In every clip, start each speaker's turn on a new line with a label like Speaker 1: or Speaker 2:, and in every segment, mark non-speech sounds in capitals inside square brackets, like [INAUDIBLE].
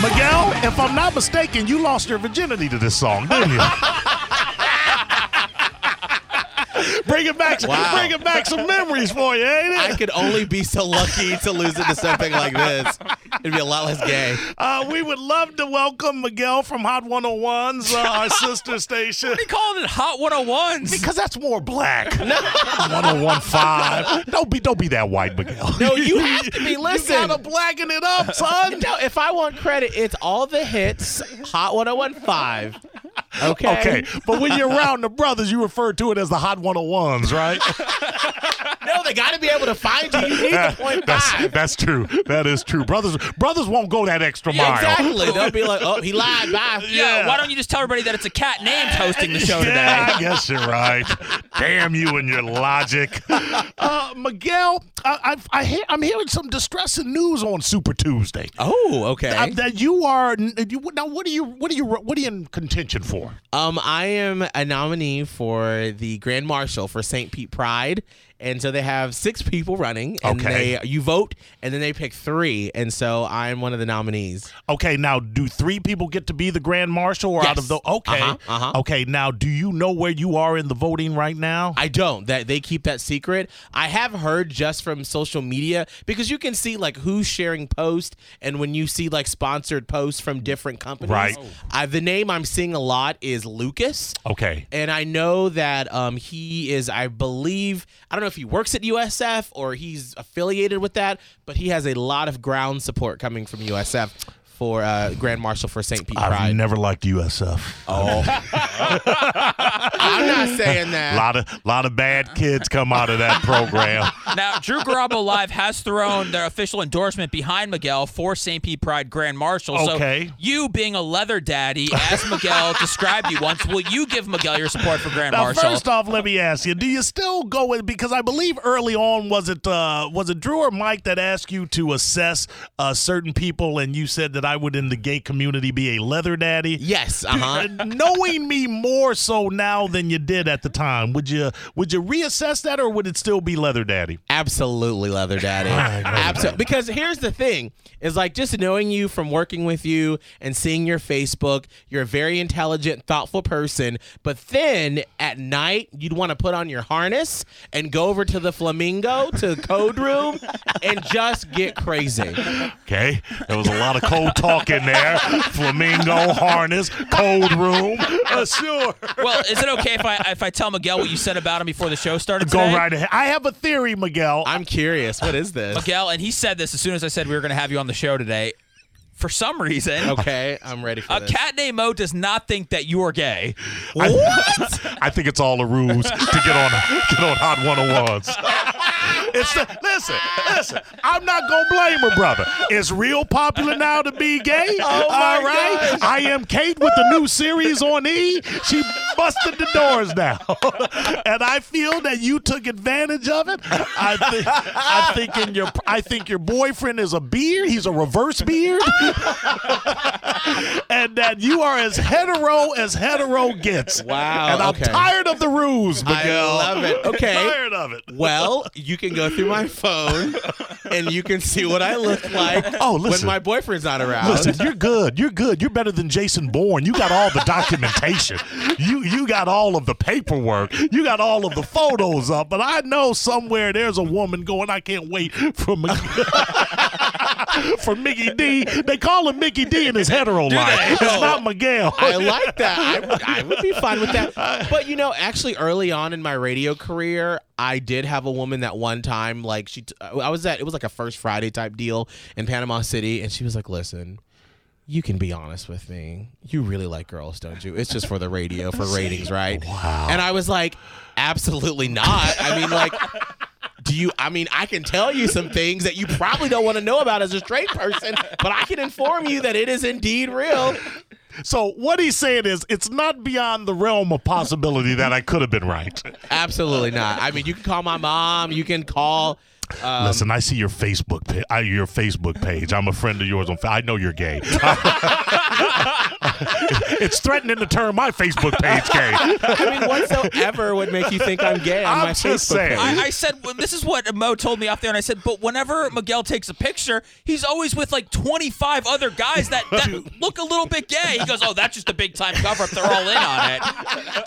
Speaker 1: Miguel, if I'm not mistaken, you lost your virginity to this song, didn't you? bring it back,
Speaker 2: Wow.
Speaker 1: bring it back some memories for you, ain't it?
Speaker 2: I could only be so lucky to lose it to something like this. It'd be a lot less gay.
Speaker 1: Uh, we would love to welcome Miguel from Hot 101's, uh, our sister station.
Speaker 3: They calling it Hot 101s.
Speaker 1: Because that's more [LAUGHS] black. 1015. Don't be don't be that white, Miguel.
Speaker 2: No, you have to be.
Speaker 1: You
Speaker 2: Listen.
Speaker 1: gotta blacken it up, son.
Speaker 2: No, if I want credit, it's all the hits. Hot 1015. Okay.
Speaker 1: [LAUGHS] Okay, but when you're around the brothers, you refer to it as the Hot 101s, right?
Speaker 2: No, they got to be able to find you. You need the
Speaker 1: [LAUGHS]
Speaker 2: point
Speaker 1: that's,
Speaker 2: five.
Speaker 1: that's true. That is true. Brothers brothers won't go that extra mile.
Speaker 2: Exactly. They'll be like, oh, he lied. Bye.
Speaker 1: Yeah.
Speaker 3: Yo, why don't you just tell everybody that it's a cat named hosting the show
Speaker 1: Yeah,
Speaker 3: today?
Speaker 1: I guess you're right. Damn you and your logic. Uh, Miguel, I, I, I hear, I'm hearing some distressing news on Super Tuesday.
Speaker 2: Oh, okay.
Speaker 1: Uh, that you are you, now. What are you? What are you? What are you in contention for?
Speaker 2: Um, I am a nominee for the Grand Marshal for St. Pete Pride, and so they have six people running, and
Speaker 1: Okay.
Speaker 2: they you vote, and then they pick three, and so I'm one of the nominees.
Speaker 1: Okay, now do three people get to be the grand marshal, or out of
Speaker 2: Yes.
Speaker 1: the? Okay,
Speaker 2: Uh-huh, uh-huh.
Speaker 1: okay. Now, do you know where you are in the voting right now?
Speaker 2: I don't. That they keep that secret. I have heard just from social media because you can see like who's sharing posts, and when you see like sponsored posts from different companies,
Speaker 1: Right.
Speaker 2: I, the name I'm seeing a lot is Lucas.
Speaker 1: okay,
Speaker 2: And I know that um, he is, I believe, I don't know if he works at USF or he's affiliated with that, but he has a lot of ground support coming from USF for uh, Grand Marshal for St. Pete
Speaker 1: I've
Speaker 2: Pride.
Speaker 1: never liked USF.
Speaker 2: I'm not
Speaker 1: [LAUGHS]
Speaker 2: saying
Speaker 1: A
Speaker 2: that.
Speaker 1: lot of lot of bad kids come out of that program. [LAUGHS]
Speaker 3: Now, Drew Garabo Live has thrown their official endorsement behind Miguel for St. Pete Pride Grand Marshal.
Speaker 1: Okay.
Speaker 3: So, you being a leather daddy, as Miguel described you once, will you give Miguel your support for Grand
Speaker 1: Now,
Speaker 3: Marshal?
Speaker 1: first off, let me ask you: Do you still go with? Because I believe early on was it uh, was it Drew or Mike that asked you to assess uh, certain people, and you said that I would in the gay community be a leather daddy. [LAUGHS]
Speaker 2: Yes, uh huh.
Speaker 1: Uh, Knowing me more so now than you did at the time, would you would you reassess that, or would it still be leather daddy?
Speaker 2: Absolutely, leather
Speaker 1: [LAUGHS]
Speaker 2: daddy.
Speaker 1: Oh,
Speaker 2: Absolutely. Because here's the thing: is like just knowing you from working with you and seeing your Facebook. You're a very intelligent, thoughtful person. But then at night, you'd want to put on your harness and go over to the flamingo to code room and just get crazy.
Speaker 1: Okay, there was a lot of cold talk in there. Flamingo harness, cold room. Uh, sure.
Speaker 3: well, is it okay if I if I tell Miguel what you said about him before the show started?
Speaker 1: Go
Speaker 3: today?
Speaker 1: right ahead. I have a theory, Miguel.
Speaker 2: I'm curious. What is this?
Speaker 3: Miguel, and he said this as soon as I said we were going to have you on the show today. For some reason,
Speaker 2: Okay, I'm ready for
Speaker 3: a
Speaker 2: this.
Speaker 3: cat named Mo does not think that you are gay.
Speaker 1: What? I think it's all a ruse to get on get on Hot 101s. It's the, listen, listen. I'm not gonna blame her, brother. It's real popular now to be gay. Oh
Speaker 2: my
Speaker 1: all right. I am Kate with the new series on E. She busted the doors down, [LAUGHS] and I feel that you took advantage of it. I think I think in your I think your boyfriend is a beard. He's a reverse beard [LAUGHS] and that you are as hetero as hetero gets.
Speaker 2: Wow,
Speaker 1: And I'm
Speaker 2: Oh, okay.
Speaker 1: tired of the ruse, Miguel.
Speaker 2: [LAUGHS] I love it.
Speaker 1: [LAUGHS]
Speaker 2: Okay.
Speaker 1: Tired of it.
Speaker 2: Well, you can go through my phone and you can see what I look like
Speaker 1: Oh, listen.
Speaker 2: when my boyfriend's not around.
Speaker 1: Listen, you're good. You're good. You're better than Jason Bourne. You got all the documentation. You you got all of the paperwork. You got all of the photos up. But I know somewhere there's a woman going. I can't wait for Miguel. [LAUGHS] for Mickey D. They call him Mickey D in his hetero life. It's
Speaker 2: Oh.
Speaker 1: not [LAUGHS] Miguel.
Speaker 2: I like that. I would, I would be fine with that. But you know, actually, early on in my radio career, I did have a woman that one time, like she, t- I was at it was like a first Friday type deal in Panama City, and she was like, "Listen." You can be honest with me. You really like girls, don't you? It's just for the radio, for ratings, right? Wow. And I was like, absolutely not. I mean, like, Do you? I mean, I can tell you some things that you probably don't want to know about as a straight person, but I can inform you that it is indeed real.
Speaker 1: So what he's saying is, it's not beyond the realm of possibility that I could have been right.
Speaker 2: Absolutely not. I mean, you can call my mom. You can call.
Speaker 1: Listen, I see your Facebook page. Your Facebook page. I'm a friend of yours. On, Fa- I know you're gay. [LAUGHS] it's threatening to turn my Facebook page gay.
Speaker 2: I mean, whatsoever would make you think I'm gay on
Speaker 1: I'm
Speaker 2: my
Speaker 1: just
Speaker 2: Facebook
Speaker 1: saying.
Speaker 2: page.
Speaker 3: I, I said well, this is what Mo told me off there, and I said, but whenever Miguel takes a picture, he's always with like 25 other guys that, that look a little bit gay. He goes, oh, that's just a big time cover up. They're all in on it.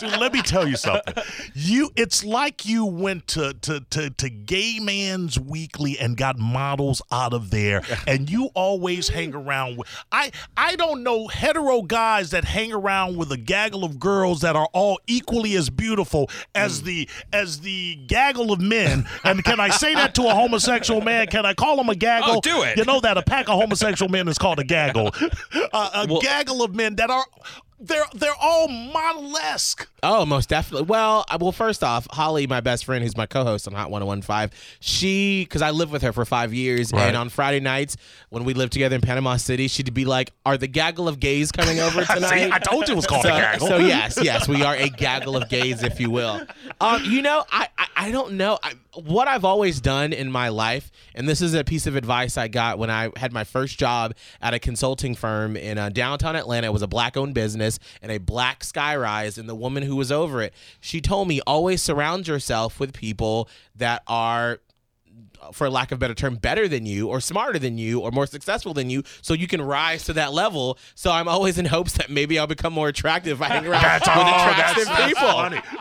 Speaker 1: [LAUGHS] Dude, let me tell you something. You, it's like you went to to to, to Gay Man's Weekly and got models out of there, and you always hang around. With, I I don't know hetero guys that hang around with a gaggle of girls that are all equally as beautiful
Speaker 3: Mm.
Speaker 1: as the as the gaggle of men. And can I say that to a homosexual man? Can I call him a gaggle?
Speaker 3: Oh, do it.
Speaker 1: You know that a pack of homosexual men is called a gaggle. [LAUGHS] Uh, a
Speaker 3: Well-
Speaker 1: gaggle of men that are. They're they're all model-esque.
Speaker 2: Oh, most definitely. Well, I- well, first off, Holly, my best friend, who's my co-host on Hot 101.5, she, because I lived with her for five years,
Speaker 1: Right.
Speaker 2: and on Friday nights when we lived together in Panama City, she'd be like, "Are the gaggle of gays coming over
Speaker 1: [LAUGHS]
Speaker 2: tonight?"
Speaker 1: See, I told you it was called
Speaker 2: so,
Speaker 1: a gaggle.
Speaker 2: so yes, yes, we are a gaggle of gays, if you will. Um, you know, I, I, I don't know I, what I've always done in my life, and this is a piece of advice I got when I had my first job at a consulting firm in uh, downtown Atlanta. It was a black-owned business and a black skyrise, and the woman who was over it, she told me always surround yourself with people that are for lack of a better term, better than you or smarter than you or more successful than you so you can rise to that level. So I'm always in hopes that maybe I'll become more attractive if I hang
Speaker 1: [LAUGHS]
Speaker 2: around
Speaker 1: That's
Speaker 2: with
Speaker 1: all.
Speaker 2: attractive
Speaker 1: That's, that's
Speaker 2: people.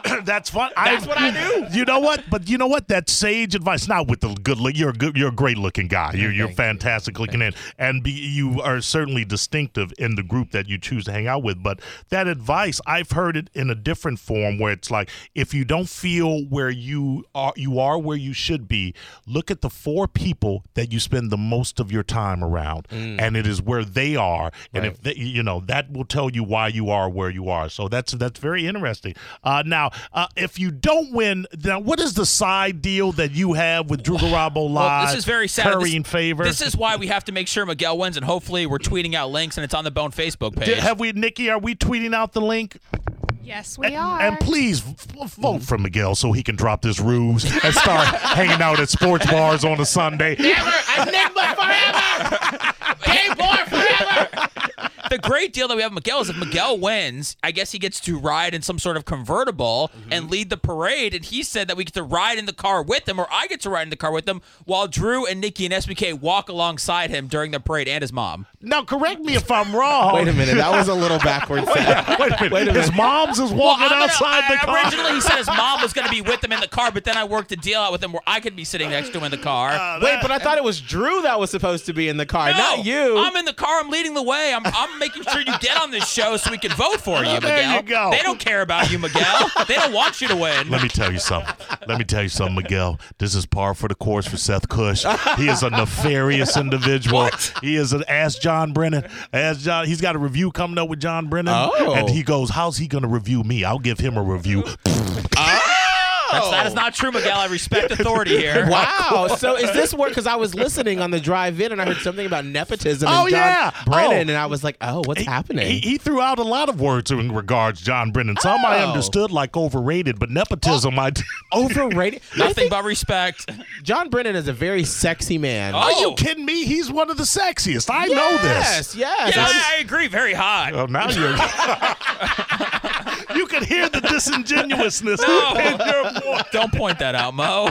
Speaker 1: funny. [CLEARS THROAT] that's fun.
Speaker 2: That's what I do.
Speaker 1: You know what? But you know what? That sage advice. Not with the good look. You're a good. You're a great looking guy. You're you're fantastic looking in, and be, you are certainly distinctive in the group that you choose to hang out with. But that advice, I've heard it in a different form, where it's like if you don't feel where you are, you are where you should be. Look at the four people that you spend the most of your time around,
Speaker 3: Mm.
Speaker 1: and it is where they are. And if they, you know that will tell you why you are where you are. So that's that's very interesting. Uh, now, uh, if you don't win, now what is the side deal that you have with Drew Garabo live?
Speaker 3: Well, this is very sad.
Speaker 1: Curry
Speaker 3: This-
Speaker 1: in favor.
Speaker 3: This is why we have to make sure Miguel wins, and hopefully we're tweeting out links and it's on the Bone Facebook page.
Speaker 1: Did- have we, Nikki? Are we tweeting out the link?
Speaker 4: Yes, we
Speaker 1: And-
Speaker 4: are.
Speaker 1: And please v- vote for Miguel so he can drop this ruse and start [LAUGHS] hanging out at sports bars on a Sunday.
Speaker 3: [LAUGHS] the great deal that we have with Miguel is if Miguel wins, I guess he gets to ride in some sort of convertible
Speaker 1: Mm-hmm.
Speaker 3: and lead the parade. And he said that we get to ride in the car with him, or I get to ride in the car with him, while Drew and Nikki and SBK walk alongside him during the parade and his mom.
Speaker 1: Now, correct me if I'm wrong.
Speaker 2: Wait a minute, that was a little
Speaker 1: [LAUGHS]
Speaker 2: backwards.
Speaker 1: Wait a minute. His mom's is walking
Speaker 3: I'm gonna-
Speaker 1: outside
Speaker 3: I-
Speaker 1: the car.
Speaker 3: Originally, he said his mom was going to be with him in the car, but then I worked a deal out with him where I could be sitting next to him in the car.
Speaker 1: Uh,
Speaker 2: Wait, but I thought it was Drew that was supposed to be in the car,
Speaker 3: No,
Speaker 2: not you.
Speaker 3: I'm in the car. I'm leading the way. I'm, I'm making sure you get on this show so we can vote for you,
Speaker 1: There
Speaker 3: Miguel.
Speaker 1: you go.
Speaker 3: They don't care about you, Miguel. they don't want you to win.
Speaker 1: Let me tell you something. Let me tell you something, Miguel. This is par for the course for Seth Cush. He is a nefarious individual. He is an ask John Brennan. Ask John. He's got a review coming up with John Brennan,
Speaker 2: Oh.
Speaker 1: and he goes, "How's he going to review me? I'll give him a review."
Speaker 3: That's, that is not true, Miguel. I respect authority here.
Speaker 2: Wow. So is this work? Because I was listening on the drive in and I heard something about nepotism and
Speaker 1: Oh,
Speaker 2: John
Speaker 1: yeah.
Speaker 2: Brennan,
Speaker 1: Oh.
Speaker 2: and I was like, oh, what's happening?
Speaker 1: [LAUGHS] He, he threw out a lot of words in regards John Brennan. Some I
Speaker 2: Oh.
Speaker 1: understood like overrated, but nepotism I did.
Speaker 2: Overrated. I
Speaker 3: Nothing
Speaker 2: think
Speaker 3: but respect.
Speaker 2: John Brennan is a very sexy man.
Speaker 3: Oh,
Speaker 1: Are you kidding me? He's one of the sexiest. I know this.
Speaker 2: Yes, yes.
Speaker 3: Yeah, I, I agree. Very hot.
Speaker 1: Oh, now
Speaker 3: [LAUGHS]
Speaker 1: you're. you can hear the disingenuousness [LAUGHS] in your voice.
Speaker 3: Don't point that out, Mo.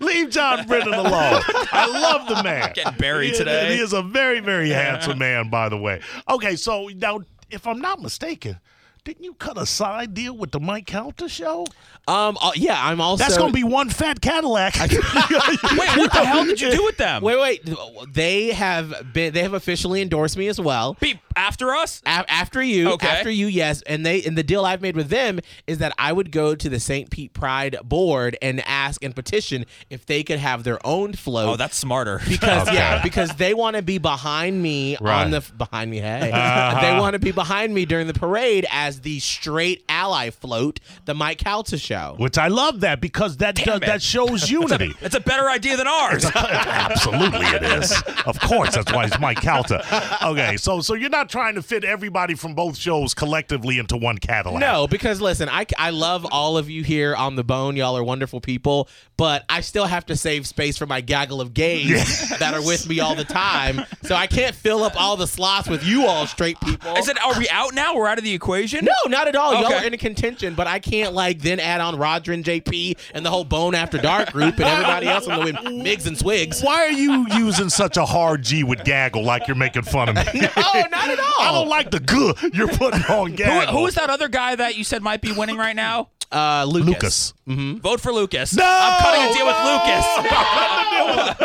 Speaker 1: Leave John Brennan alone. I love the man.
Speaker 3: Getting buried
Speaker 1: He-
Speaker 3: today.
Speaker 1: He is a very, very handsome man, by the way. Okay, so now, if I'm not mistaken, didn't you cut a side deal with the Mike Calta show?
Speaker 2: Um. uh, yeah, I'm also.
Speaker 1: That's going to be one fat Cadillac.
Speaker 3: Wait, what the hell did you do with them?
Speaker 2: Wait, wait. They have been. They have officially endorsed me as well.
Speaker 3: Be- after us?
Speaker 2: A- after you,
Speaker 3: Okay.
Speaker 2: after you, yes. And they and the deal I've made with them is that I would go to the St. Pete Pride board and ask and petition if they could have their own float.
Speaker 3: Oh, that's smarter.
Speaker 2: because yeah,
Speaker 1: Okay.
Speaker 2: because they want to be behind me
Speaker 1: Right.
Speaker 2: on the behind me.
Speaker 3: [LAUGHS]
Speaker 2: Hey,
Speaker 1: Uh-huh.
Speaker 2: they want to be behind me during the parade as the straight ally float, the Mike Calta show.
Speaker 1: [LAUGHS] Which I love that because that does,
Speaker 3: it.
Speaker 1: that shows
Speaker 3: [LAUGHS]
Speaker 1: unity.
Speaker 3: It's a better idea than ours.
Speaker 1: Absolutely, it is. Of course, that's why it's Mike Calta. Okay, so so you're not trying to fit everybody from both shows collectively into one Cadillac.
Speaker 2: No, because listen, I, I love all of you here on the bone. Y'all are wonderful people, but I still have to save space for my gaggle of gays that are with me all the time. So I can't fill up all the slots with you all straight people.
Speaker 3: I said, are we out now? We're out of the equation?
Speaker 2: no, not at all. Y'all
Speaker 3: Okay.
Speaker 2: are in contention, but I can't like then add on Roger and JP and the whole Bone After Dark group and everybody else on the Migs and Swigs.
Speaker 1: Why are you using such a hard G with gaggle like you're making fun of [LAUGHS] me?
Speaker 2: Oh, not at all.
Speaker 1: I don't like the good you're putting on
Speaker 3: Who,
Speaker 1: gaggle.
Speaker 3: who is that other guy that you said might be winning right now?
Speaker 2: uh, Lucas.
Speaker 1: Lucas.
Speaker 3: Vote for Lucas.
Speaker 1: No!
Speaker 3: I'm cutting a deal with
Speaker 1: [LAUGHS]
Speaker 3: Lucas.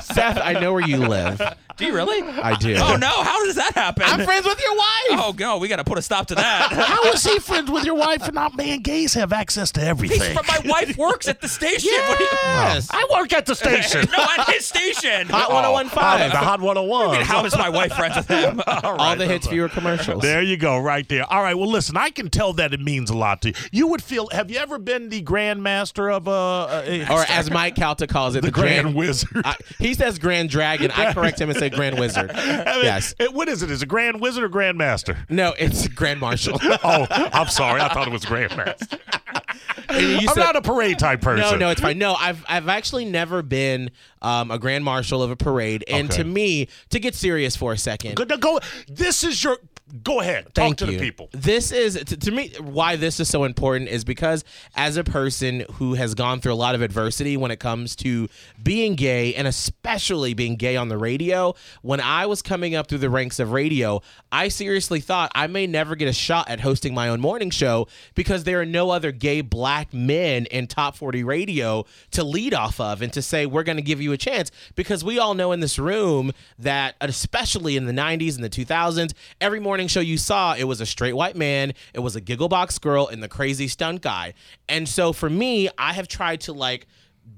Speaker 2: Seth, I know where you live.
Speaker 3: Do you really?
Speaker 2: I do.
Speaker 3: Oh no! How does that happen?
Speaker 2: I'm friends with your wife.
Speaker 3: Oh no! We got to put a stop to that.
Speaker 1: [LAUGHS]
Speaker 3: [LAUGHS]
Speaker 1: How is he friends with your wife and not man? Gays have access to everything. Oh.
Speaker 3: But my wife works at the station. What do you-
Speaker 2: Yes.
Speaker 1: I work at the [LAUGHS] station.
Speaker 3: [LAUGHS] no, at his station. Oh,
Speaker 2: Hot 1015.
Speaker 1: the Oh. Hot 101.
Speaker 3: How is my wife friends
Speaker 1: [LAUGHS]
Speaker 3: with him? Oh. All
Speaker 2: all
Speaker 3: right.
Speaker 2: the hits, fewer commercials.
Speaker 1: There you go, right there. All right, well, listen, I can tell that it means a lot to you. You would feel. Have you ever been the grandmaster of a?
Speaker 2: or as Mike Calta calls it, the,
Speaker 1: [LAUGHS] the Grand Wizard.
Speaker 2: I, he says Grand Dragon. I correct him and say Grand Wizard.
Speaker 1: [LAUGHS] I mean,
Speaker 2: yes.
Speaker 1: it- what is it? Is it Grand Wizard or Grandmaster?
Speaker 2: No, it's
Speaker 1: [LAUGHS]
Speaker 2: Grand Marshal. [LAUGHS]
Speaker 1: oh, I'm sorry. I thought it was Grandmaster.
Speaker 2: And you
Speaker 1: I'm
Speaker 2: said-
Speaker 1: not a parade type
Speaker 2: no,
Speaker 1: person.
Speaker 2: no, it's fine. No, I've I've actually never been um, a Grand Marshal of a parade. And
Speaker 1: Okay.
Speaker 2: to me, to get serious for a second,
Speaker 1: Good to go. This is your. Go ahead. Talk
Speaker 2: Thank
Speaker 1: to
Speaker 2: you.
Speaker 1: the people.
Speaker 2: This is to, to me why this is so important is because as a person who has gone through a lot of adversity when it comes to being gay and especially being gay on the radio, when I was coming up through the ranks of radio, I seriously thought I may never get a shot at hosting my own morning show because there are no other gay black men in top 40 radio to lead off of and to say we're going to give you a chance because we all know in this room that especially in the 90s and the 2000s every morning show you saw it was a straight white man it was a giggle box girl and the crazy stunt guy and so for me i have tried to like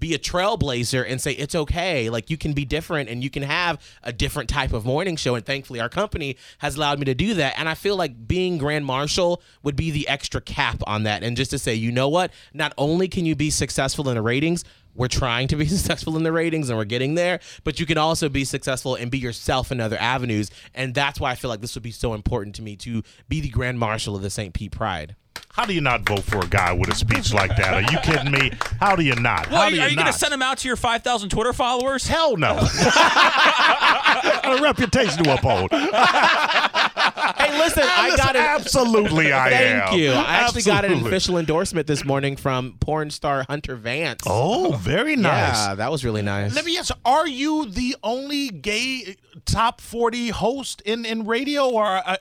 Speaker 2: be a trailblazer and say it's okay like you can be different and you can have a different type of morning show and thankfully our company has allowed me to do that and i feel like being grand marshal would be the extra cap on that and just to say you know what not only can you be successful in the ratings we're trying to be [LAUGHS] successful in the ratings and we're getting there but you can also be successful and be yourself in other avenues and that's why i feel like this would be so important to me to be the grand marshal of the st pete pride
Speaker 1: How do you not vote for a guy with a speech like that? Are you kidding me? How do you not?
Speaker 3: Well,
Speaker 1: How
Speaker 3: are
Speaker 1: do
Speaker 3: you, going
Speaker 1: not?
Speaker 3: to send him out to your 5,000 Twitter followers?
Speaker 1: Hell no.
Speaker 2: [LAUGHS]
Speaker 1: [LAUGHS] Got a reputation to uphold.
Speaker 2: hey [LAUGHS] listen i
Speaker 1: Listen,
Speaker 2: got it [LAUGHS]
Speaker 1: Absolutely, I am.
Speaker 2: Thank you. I actually got an
Speaker 1: Absolutely.
Speaker 2: official endorsement this morning from porn star Hunter Vance.
Speaker 1: Oh, very nice.
Speaker 2: yeah, that was really nice.
Speaker 1: Let me ask: Are you the only gay top forty host in in radio, or uh,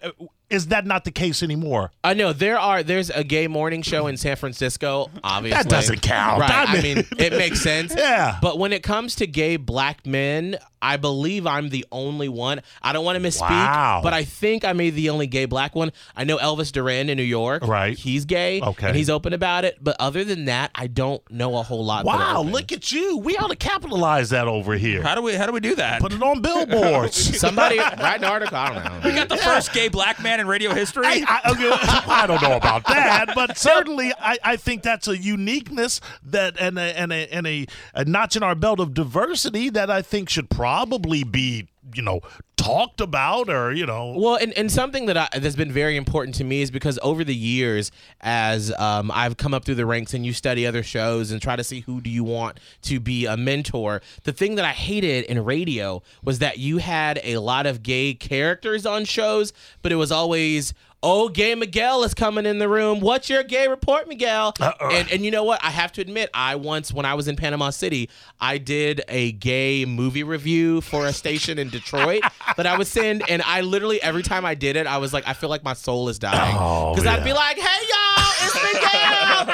Speaker 1: is that not the case anymore?
Speaker 2: I know there are. There's a gay morning show in San Francisco. Obviously,
Speaker 1: doesn't count.
Speaker 2: Right?
Speaker 1: I
Speaker 2: I
Speaker 1: mean-
Speaker 2: mean, it makes sense.
Speaker 1: Yeah.
Speaker 2: But when it comes to gay black men, I believe I'm the only one. I don't want to misspeak,
Speaker 1: Wow.
Speaker 2: but I think I may be the only gay black one. I know Elvis Duran in New York.
Speaker 1: Right.
Speaker 2: He's gay.
Speaker 1: Okay.
Speaker 2: And he's open about it. But other than that, I don't know a whole lot. that are
Speaker 1: [LAUGHS] Wow,
Speaker 2: open.
Speaker 1: look at you! We ought to capitalize that over here.
Speaker 3: How do we how do we do that?
Speaker 1: Put it on billboards.
Speaker 2: Somebody write
Speaker 1: [LAUGHS]
Speaker 2: an article. I don't know.
Speaker 3: We got the first gay black man in radio history.
Speaker 1: I, I, okay, [LAUGHS] I don't know about that,
Speaker 3: [LAUGHS]
Speaker 1: but certainly I, I think that's a uniqueness that and a, and a, and a, a notch in our belt of diversity that I think should probably be you know talked about or you know
Speaker 2: Well, and, and something that I, that's been very important to me is because over the years, as um, I've come up through the ranks and you study other shows and try to see who do you want to be a mentor, the thing that I hated in radio was that you had a lot of gay characters on shows, but it was always. Oh, gay Miguel is coming in the room. What's your gay report, Miguel?
Speaker 1: Uh-uh.
Speaker 2: And, and you know what? I have to admit, I once, when I was in Panama City, I did a gay movie review for a station
Speaker 1: [LAUGHS]
Speaker 2: in Detroit that I would send. And I literally, every time I did it, I was like, I feel like my soul is dying.
Speaker 1: Oh,
Speaker 2: Because
Speaker 1: yeah.
Speaker 2: I'd be like, hey,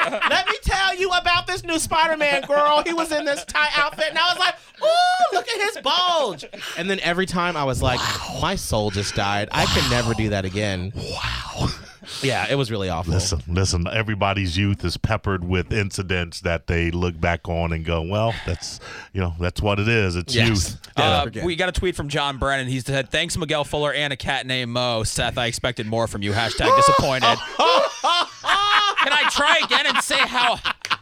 Speaker 2: y'all, Miss Miguel, let me tell you about this new Spider-Man girl. He was in this tight outfit, and I was like, "Ooh, look at his bulge!" And then every time I was like, "My soul just died. I can never do that again."
Speaker 1: Wow.
Speaker 2: Yeah, it was really awful.
Speaker 1: Listen, listen, everybody's youth is peppered with incidents that they look back on and go, well, that's, you know, that's what it is. It's
Speaker 2: Yes.
Speaker 1: youth.
Speaker 3: Uh,
Speaker 2: forget.
Speaker 3: we got a tweet from John Brennan. He said, "Thanks, Miguel Fuller and a cat named Mo." Seth, I expected more from you. Hashtag
Speaker 1: [LAUGHS]
Speaker 3: disappointed. Can I try again and say how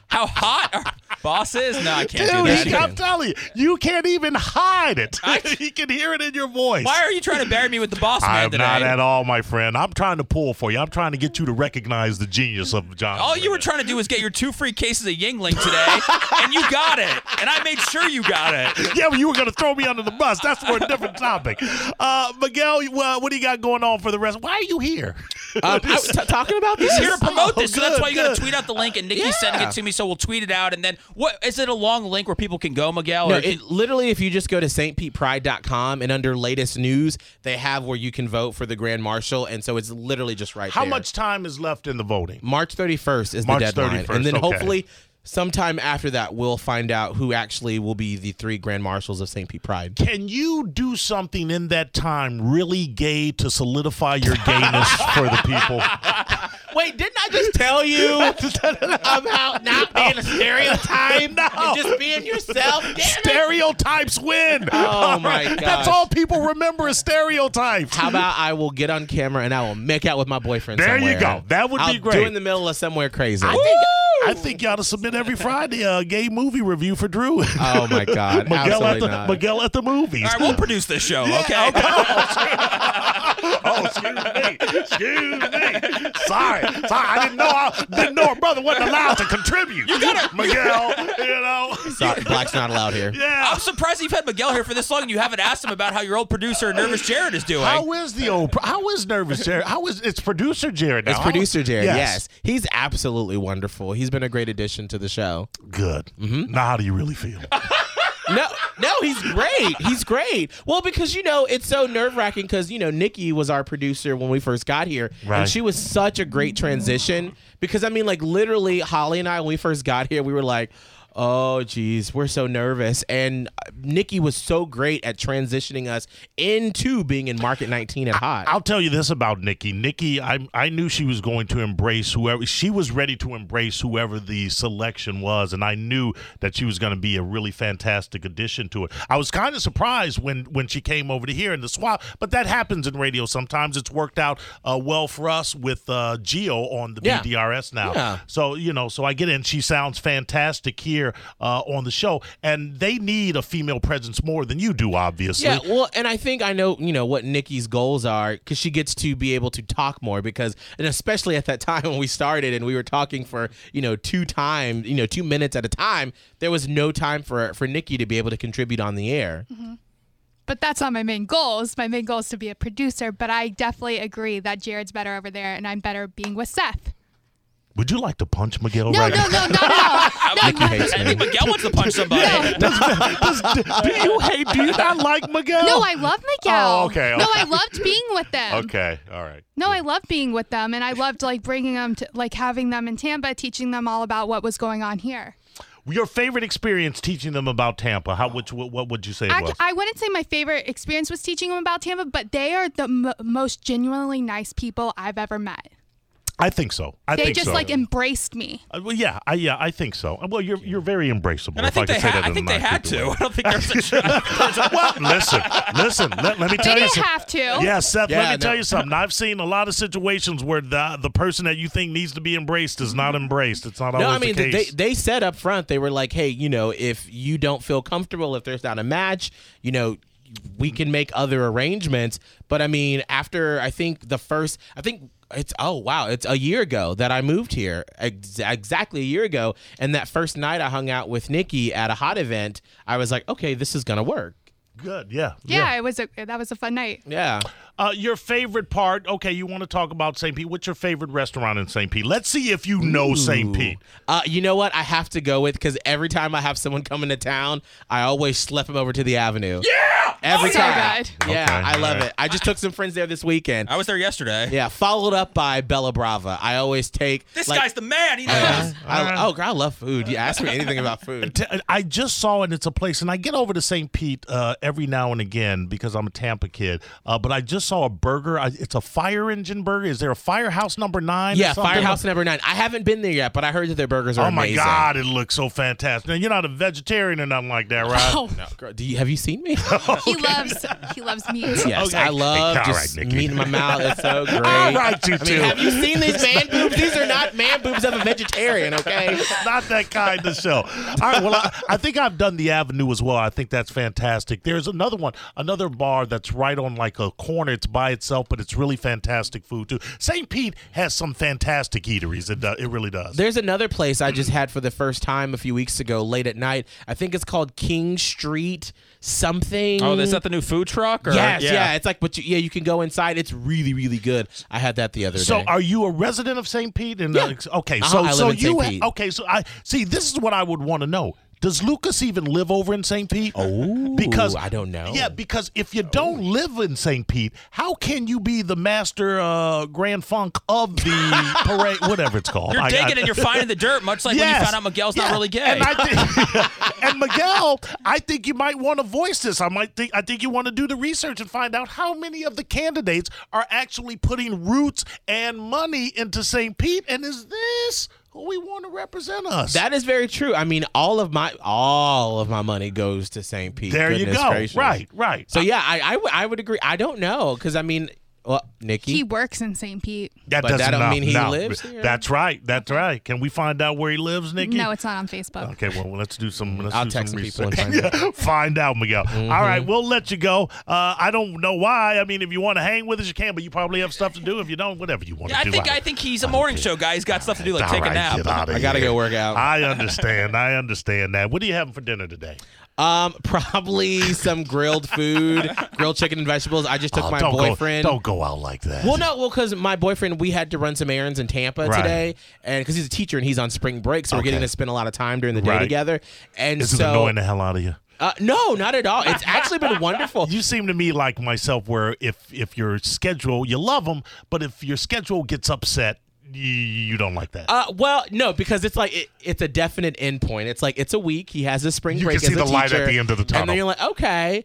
Speaker 3: how hot our boss is? No, I can't do
Speaker 1: Dude,
Speaker 3: that.
Speaker 1: he, I'm telling you, you can't even hide it. [LAUGHS] he can hear it in your voice.
Speaker 3: Why are you trying to bury me with the boss man
Speaker 1: I'm
Speaker 3: today?
Speaker 1: not at all, my friend. I'm trying to pull for you. I'm trying to get you to recognize the genius of John.
Speaker 2: Oh,
Speaker 3: All you were
Speaker 1: Brennan.
Speaker 3: trying to do was get your two free cases of Yingling today, and you got it. And I made sure you got it.
Speaker 1: Yeah, but you were going to throw me under the bus. That's for a different topic. Uh, Miguel, well, what do you got going on for the rest? Why are you here?
Speaker 2: Um, I was t- talking about this.
Speaker 3: He's here to promote
Speaker 1: Oh,
Speaker 3: this, so that's
Speaker 1: good,
Speaker 3: why you got
Speaker 1: good.
Speaker 3: to tweet out the link. And Nikki's sending it to me, so we'll tweet it out. And then, what is it? A long link where people can go, Miguel?
Speaker 2: No,
Speaker 3: or can-
Speaker 2: it, literally, if you just go to stpetepride.com and under latest news, they have where you can vote for the grand marshal, and so it's literally just right
Speaker 1: How
Speaker 2: there.
Speaker 1: much time is left in the voting?
Speaker 2: March 31st is
Speaker 1: March
Speaker 2: the deadline,
Speaker 1: 31st,
Speaker 2: and then
Speaker 1: okay.
Speaker 2: hopefully. Sometime after that, we'll find out who actually will be the three grand marshals of St. Pete Pride.
Speaker 1: Can you do something in that time really gay to solidify your
Speaker 2: [LAUGHS]
Speaker 1: gayness for the people?
Speaker 2: Wait, didn't I just
Speaker 1: [LAUGHS]
Speaker 2: tell you about not being
Speaker 1: [LAUGHS]
Speaker 2: a stereotype
Speaker 1: Oh.
Speaker 2: and just being yourself? Damn it.
Speaker 1: Stereotypes win.
Speaker 2: Oh, my
Speaker 1: Alright, [LAUGHS]
Speaker 2: gosh.
Speaker 1: That's all people remember is stereotypes.
Speaker 2: How about I will get on camera and I will make out with my boyfriend?
Speaker 1: There you
Speaker 2: somewhere.
Speaker 1: go. That would be
Speaker 2: I'll Do
Speaker 1: great.
Speaker 2: in the middle of somewhere crazy.
Speaker 1: I think, I think you ought to submit every Friday a gay movie review for Drew. [LAUGHS]
Speaker 2: oh my god,
Speaker 1: Miguel at
Speaker 2: absolutely
Speaker 1: the
Speaker 2: not.
Speaker 1: Miguel at the movies.
Speaker 3: all right, we'll produce this show, okay?
Speaker 1: Oh, excuse me, excuse me. Sorry, sorry. I didn't know. I didn't know a brother wasn't allowed to contribute. You got it, Miguel. You know.
Speaker 2: Sorry, Black's not allowed here.
Speaker 1: [LAUGHS] Yeah.
Speaker 3: I'm surprised you've had Miguel here for this long and you haven't asked him about how your old producer, Nervous Jared, is doing.
Speaker 1: How is the old? How is nervous Jared? How is it's producer Jared? Now.
Speaker 2: It's producer Jared. Yes. he's absolutely wonderful. He's been a great addition to the show.
Speaker 1: Good.
Speaker 2: Mm-hmm.
Speaker 1: Now, how do you really feel?
Speaker 2: No, no, he's great. He's great. Well, because you know it's so nerve wracking because you know Nikki was our producer when we first got here,
Speaker 1: Right.
Speaker 2: and she was such a great transition. Because I mean, like literally, Holly and I when we first got here, we were like. Oh geez, we're so nervous. And uh, Nikki was so great at transitioning us into being in Market 19 at Hot.
Speaker 1: I'll tell you this about Nikki. Nikki, I I knew she was going to embrace whoever she was ready to embrace whoever the selection was, and I knew that she was going to be a really fantastic addition to it. I was kind of surprised when when she came over to here in the swap, but that happens in radio sometimes. It's worked out uh, well for us with uh, Geo on the
Speaker 2: Yeah.
Speaker 1: BDRS now.
Speaker 2: Yeah.
Speaker 1: So you know, so I get in. She sounds fantastic here uh, on the show, and they need a female presence more than you do, obviously.
Speaker 2: Yeah, well, and I think I know, you know, what Nikki's goals are because she gets to be able to talk more because, and especially at that [LAUGHS] time when we started and we were talking for, you know, two time, you know, two minutes at a time, there was no time for for Nikki to be able to contribute on the air.
Speaker 4: But that's not my main goals. My main goal is to be a producer, but I definitely agree that Jared's better over there and I'm better being with Seth.
Speaker 1: Would you like to punch Miguel
Speaker 4: No,
Speaker 1: right
Speaker 4: no, no, no, no.
Speaker 1: [LAUGHS]
Speaker 3: I,
Speaker 2: Nikki hates
Speaker 3: I
Speaker 2: me.
Speaker 3: think Miguel wants to punch somebody.
Speaker 1: do you hate? Do you not like Miguel?
Speaker 4: Uh, No, I love Miguel.
Speaker 1: Oh, okay,
Speaker 4: No,
Speaker 1: okay.
Speaker 4: I loved being with them.
Speaker 1: Okay, all right.
Speaker 4: No, I loved being with them, and I loved like bringing them to like having them in Tampa, teaching them all about what was going on here.
Speaker 1: Your favorite experience teaching them about Tampa? How? Which? What, what would you say it
Speaker 4: I,
Speaker 1: was?
Speaker 4: I wouldn't say my favorite experience was teaching them about Tampa, but they are the m- most genuinely nice people I've ever met.
Speaker 1: I think so. I
Speaker 4: They
Speaker 1: think
Speaker 4: just
Speaker 1: so.
Speaker 4: like embraced me.
Speaker 1: Uh, well, yeah, I, yeah, I think so. Uh, Well, you're you're very embraceable.
Speaker 3: And I
Speaker 1: if
Speaker 3: think
Speaker 1: I, could
Speaker 3: they,
Speaker 1: say
Speaker 3: ha-
Speaker 1: that
Speaker 3: I
Speaker 1: in a
Speaker 3: think they
Speaker 1: nice
Speaker 3: had
Speaker 1: people
Speaker 3: to. [LAUGHS]
Speaker 1: way.
Speaker 3: I don't think there's a
Speaker 1: [LAUGHS] well, listen, listen. Let, let me
Speaker 4: They
Speaker 1: tell you
Speaker 4: didn't
Speaker 1: something.
Speaker 4: have to.
Speaker 1: Yeah, Seth, let
Speaker 2: Yeah,
Speaker 1: me
Speaker 2: no.
Speaker 1: tell you something. I've seen a lot of situations where the the person that you think needs to be embraced is not embraced. It's not always
Speaker 2: No, I mean,
Speaker 1: the
Speaker 2: th-
Speaker 1: case.
Speaker 2: they, they said up front, they were like, hey, you know, if you don't feel comfortable, if there's not a match, you know, we can make other arrangements. But I mean, after I think the first, I think it's, oh, wow, it's a year ago that I moved here, ex- exactly a year ago. And that first night I hung out with Nikki at a hot event, I was like, okay, this is going to work.
Speaker 1: Good, yeah,
Speaker 4: Yeah, it was a that was a fun night.
Speaker 2: Yeah.
Speaker 1: Uh, your favorite part? Okay, you want to talk about St. Pete? What's your favorite restaurant in St. Pete? Let's see if you know St. Pete.
Speaker 2: Uh, you know what? I have to go with because every time I have someone come into town, I always schlep them over to the Avenue. Yeah, every
Speaker 4: So
Speaker 2: time.
Speaker 4: good.
Speaker 2: Yeah,
Speaker 1: Okay,
Speaker 2: I love
Speaker 1: alright.
Speaker 2: it. I just took some friends there this weekend.
Speaker 3: I was there yesterday.
Speaker 2: Yeah, followed up by Bella Brava. I always take
Speaker 3: This
Speaker 2: like-
Speaker 3: guy's the man. He knows.
Speaker 2: [LAUGHS] Yeah. I,
Speaker 1: Alright.
Speaker 2: Oh, girl, I love food. You ask me anything about
Speaker 1: [LAUGHS]
Speaker 2: food.
Speaker 1: T- I just saw it. It's a place, and I get over to St. Pete uh, every now and again because I'm a Tampa kid. Uh, but I just saw a burger. I, it's a fire engine burger. Is there a firehouse number nine? or
Speaker 2: Yeah,
Speaker 1: something?
Speaker 2: Firehouse Number Nine. I haven't been there yet, but I heard that their burgers are
Speaker 1: Oh my
Speaker 2: amazing.
Speaker 1: God! It looks so fantastic. Now you're not a vegetarian or nothing like that, right?
Speaker 4: Oh,
Speaker 2: Uh, Girl, do you have you seen me?
Speaker 4: he loves he loves
Speaker 2: [LAUGHS]
Speaker 4: meat.
Speaker 2: yes,
Speaker 1: Okay.
Speaker 2: I love
Speaker 1: All
Speaker 2: just
Speaker 1: right, Nikki.
Speaker 2: meat in my mouth. It's so great.
Speaker 1: [LAUGHS] [LAUGHS] All right, you
Speaker 2: I
Speaker 1: two.
Speaker 2: mean, have you seen these man boobs? These are not man boobs of a vegetarian. Okay.
Speaker 1: not that kind of show. All right. Well, I, I think I've done the Avenue as well. I think that's fantastic. There's another one, another bar that's right on like a corner. It's by itself, but it's really fantastic food too. St. Pete has some fantastic eateries. It do, it really does.
Speaker 2: There's another place I just had for the first time a few weeks ago, late at night. I think it's called King Street something.
Speaker 3: Oh, is that the new food truck? Or?
Speaker 2: Yes, yeah. It's like, but you, yeah, you can go inside. It's really, really good. I had that the other
Speaker 1: So,
Speaker 2: day.
Speaker 1: are you a resident of St. Pete? And uh,
Speaker 2: Yeah.
Speaker 1: okay,
Speaker 2: Uh-huh,
Speaker 1: so
Speaker 2: I live
Speaker 1: so
Speaker 2: in
Speaker 1: you
Speaker 2: St.
Speaker 1: ha-
Speaker 2: Pete.
Speaker 1: okay? So I see. This is what I would want to know. Does Lucas even live over in St. Pete? Oh, because
Speaker 2: I don't know. Oh.
Speaker 1: Yeah, because if you don't live in St. Pete, how can you be the master uh, grand funk of
Speaker 2: [LAUGHS]
Speaker 1: the parade, whatever it's called?
Speaker 3: You're
Speaker 1: I-
Speaker 3: digging
Speaker 1: I-
Speaker 3: and you're finding the dirt, much like when you
Speaker 1: Yes.
Speaker 3: found out Miguel's not
Speaker 1: Yeah,
Speaker 3: really gay.
Speaker 1: And, I think, [LAUGHS] and Miguel, I think you might want to voice this. I might think I think you want to do the research and find out how many of the candidates are actually putting roots and money into St. Pete, and is this who we want to represent us?
Speaker 2: That is very true. I mean, all of my all of my money goes to St. Pete.
Speaker 1: there you
Speaker 2: Goodness
Speaker 1: go.
Speaker 2: gracious.
Speaker 1: Right, right.
Speaker 2: So yeah, I I would- I would agree. I don't know because I mean, well, Nikki.
Speaker 4: He works in St. Pete.
Speaker 1: that
Speaker 2: but that
Speaker 1: does
Speaker 2: don't
Speaker 1: not-
Speaker 2: mean he
Speaker 1: no.
Speaker 2: lives here.
Speaker 1: That's right. That's right. Can we find out where he lives, Nikki?
Speaker 4: No, it's not on Facebook.
Speaker 1: Okay, well, let's do some. Let's
Speaker 2: Mm, I'll
Speaker 1: do
Speaker 2: text
Speaker 1: some
Speaker 2: some people
Speaker 1: research.
Speaker 2: and
Speaker 1: [LAUGHS]
Speaker 2: find Mm-hmm.
Speaker 1: Yeah, find out, Miguel. All right, we'll let you go. Uh, I don't know why. I mean, if you want to hang with us, you can, but you probably have stuff to do. If you don't, whatever you want
Speaker 3: Yeah,
Speaker 1: to
Speaker 3: I
Speaker 1: do.
Speaker 3: think I think he's a morning show guy. He's got stuff to do, like
Speaker 1: All
Speaker 3: take
Speaker 1: right,
Speaker 3: a nap.
Speaker 1: get outta
Speaker 2: I gotta
Speaker 1: here.
Speaker 2: go work out.
Speaker 1: I understand. I understand that. What are you having for dinner
Speaker 2: [LAUGHS]
Speaker 1: today?
Speaker 2: Um, probably some grilled food, grilled chicken and vegetables. I just took
Speaker 1: Oh,
Speaker 2: my
Speaker 1: don't
Speaker 2: boyfriend.
Speaker 1: Go, don't go out like that.
Speaker 2: Well, no, well, because my boyfriend, we had to run some errands in Tampa
Speaker 1: Right.
Speaker 2: today, and because he's a teacher and he's on spring break, so we're getting
Speaker 1: Okay.
Speaker 2: to spend a lot of time during the day
Speaker 1: Right.
Speaker 2: together. And
Speaker 1: Is it
Speaker 2: so,
Speaker 1: annoying the hell out of you?
Speaker 2: uh, no, not at all. It's actually been [LAUGHS] wonderful.
Speaker 1: You seem to me like myself, where if if your schedule, you love them, but if your schedule gets upset, you, you don't like that.
Speaker 2: Uh, well, no, because it's like it, it's a definite end point. It's like it's a week. He has a spring
Speaker 1: You
Speaker 2: break.
Speaker 1: can see
Speaker 2: as
Speaker 1: the
Speaker 2: a
Speaker 1: light at
Speaker 2: teacher,
Speaker 1: the end of the
Speaker 2: And
Speaker 1: tunnel.
Speaker 2: then you're
Speaker 1: [LAUGHS]
Speaker 2: like, okay,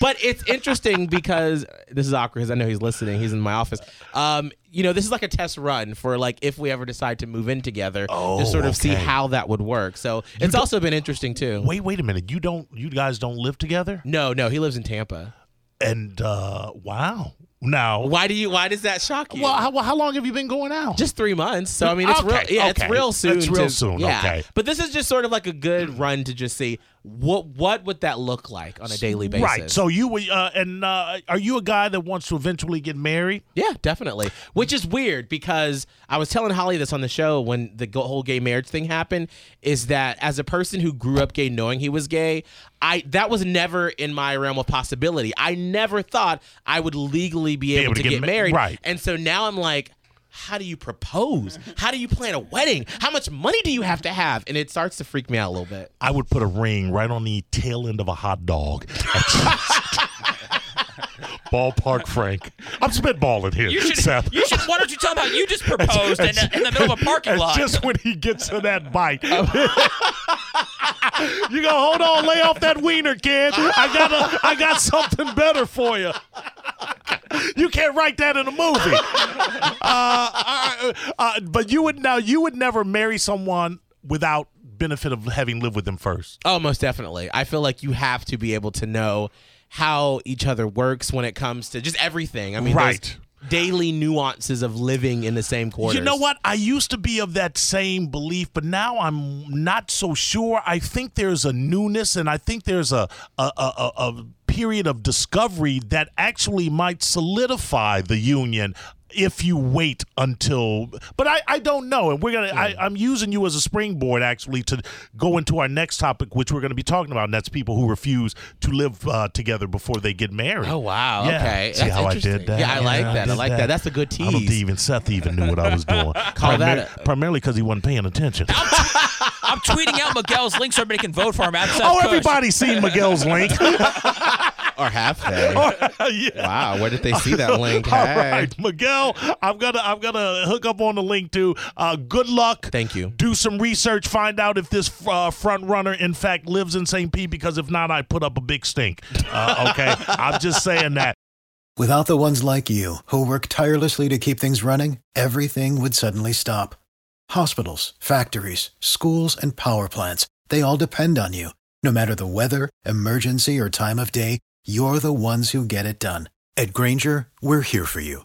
Speaker 2: but it's interesting because this is awkward because I know he's listening. He's in my office. Um, you know, this is like a test run for like if we ever decide to move in together
Speaker 1: Oh,
Speaker 2: to sort of see
Speaker 1: okay.
Speaker 2: how that would work. So it's also been interesting too.
Speaker 1: wait, wait a minute. You don't. You guys don't live together.
Speaker 2: No, no, he lives in Tampa.
Speaker 1: And uh wow. Now,
Speaker 2: Why do you? Why does that shock you?
Speaker 1: well, how, how long have you been going out?
Speaker 2: just three months. So I mean, it's
Speaker 1: Okay,
Speaker 2: real. Yeah,
Speaker 1: okay.
Speaker 2: it's real
Speaker 1: It's
Speaker 2: soon.
Speaker 1: real
Speaker 2: to-
Speaker 1: soon,
Speaker 2: Yeah.
Speaker 1: okay.
Speaker 2: But this is just sort of like a good run to just see what what would that look like on a daily basis.
Speaker 1: right. So you were, uh, and uh, are you a guy that wants to eventually get married?
Speaker 2: yeah, definitely. Which is weird because I was telling Holly this on the show when the go- whole gay marriage thing happened. Is that as a person who grew up gay, knowing he was gay, I that was never in my realm of possibility. I never thought I would legally be, able, to, get,
Speaker 1: ma-
Speaker 2: married.
Speaker 1: right.
Speaker 2: And so now I'm like, how do you propose? How do you plan a wedding? How much money do you have to have? And it starts to freak me out a little bit.
Speaker 1: I would put a ring right on the tail end of a hot dog. [LAUGHS] Ballpark Frank. I'm spitballing here,
Speaker 3: You should,
Speaker 1: Seth.
Speaker 3: you should. Why don't you tell him how you just proposed in, the, in the middle of a parking
Speaker 1: It's
Speaker 3: lot? Oh.
Speaker 1: just when he gets to that
Speaker 3: [LAUGHS]
Speaker 1: bite. you go, hold on, lay off that wiener, kid. I got a, I got something better for you. You can't write that in a movie. Uh, I- uh, but you would now you would never marry someone without benefit of having lived with them first.
Speaker 2: Oh, most definitely. I feel like you have to be able to know how each other works when it comes to just everything. I mean, there's
Speaker 1: Right.
Speaker 2: Daily nuances of living in the same quarters.
Speaker 1: You know what? I used to be of that same belief, but now I'm not so sure. I think there's a newness, and I think there's a a, a, a- a period of discovery that actually might solidify the union. if you wait until. But I, I don't know, and we're gonna. I, I'm using you as a springboard actually to go into our next topic, which we're gonna be talking about, and that's people who refuse to live uh, together before they get married.
Speaker 2: Oh wow!
Speaker 1: Yeah.
Speaker 2: Okay,
Speaker 1: See how I
Speaker 2: interesting.
Speaker 1: did that?
Speaker 2: Yeah, I like that. I,
Speaker 1: did
Speaker 2: like that. That's a good tease.
Speaker 1: I don't think even Seth even knew what I was doing.
Speaker 2: [LAUGHS] Call that a-
Speaker 1: primarily because he wasn't paying attention.
Speaker 3: I'm tweeting out Miguel's link so everybody can vote for him. [LAUGHS] At Seth
Speaker 1: Oh,
Speaker 3: Kush.
Speaker 1: everybody's seen Miguel's link. [LAUGHS] Oh,
Speaker 2: or half they.
Speaker 1: yeah.
Speaker 2: wow, where did they see that
Speaker 1: [LAUGHS]
Speaker 2: link?
Speaker 1: All
Speaker 2: Hey.
Speaker 1: right, Miguel, I'm gonna I'm gonna hook up on the link too. Uh, good luck.
Speaker 2: Thank you.
Speaker 1: Do some research. Find out if this uh, front runner in fact lives in St. Pete. Because if not, I put up a big stink. Uh, okay, I'm just saying that.
Speaker 5: Without the ones like you, who work tirelessly to keep things running, everything would suddenly stop. Hospitals, factories, schools, and power plants, they all depend on you. No matter the weather, emergency, or time of day, you're the ones who get it done. At Granger, we're here for you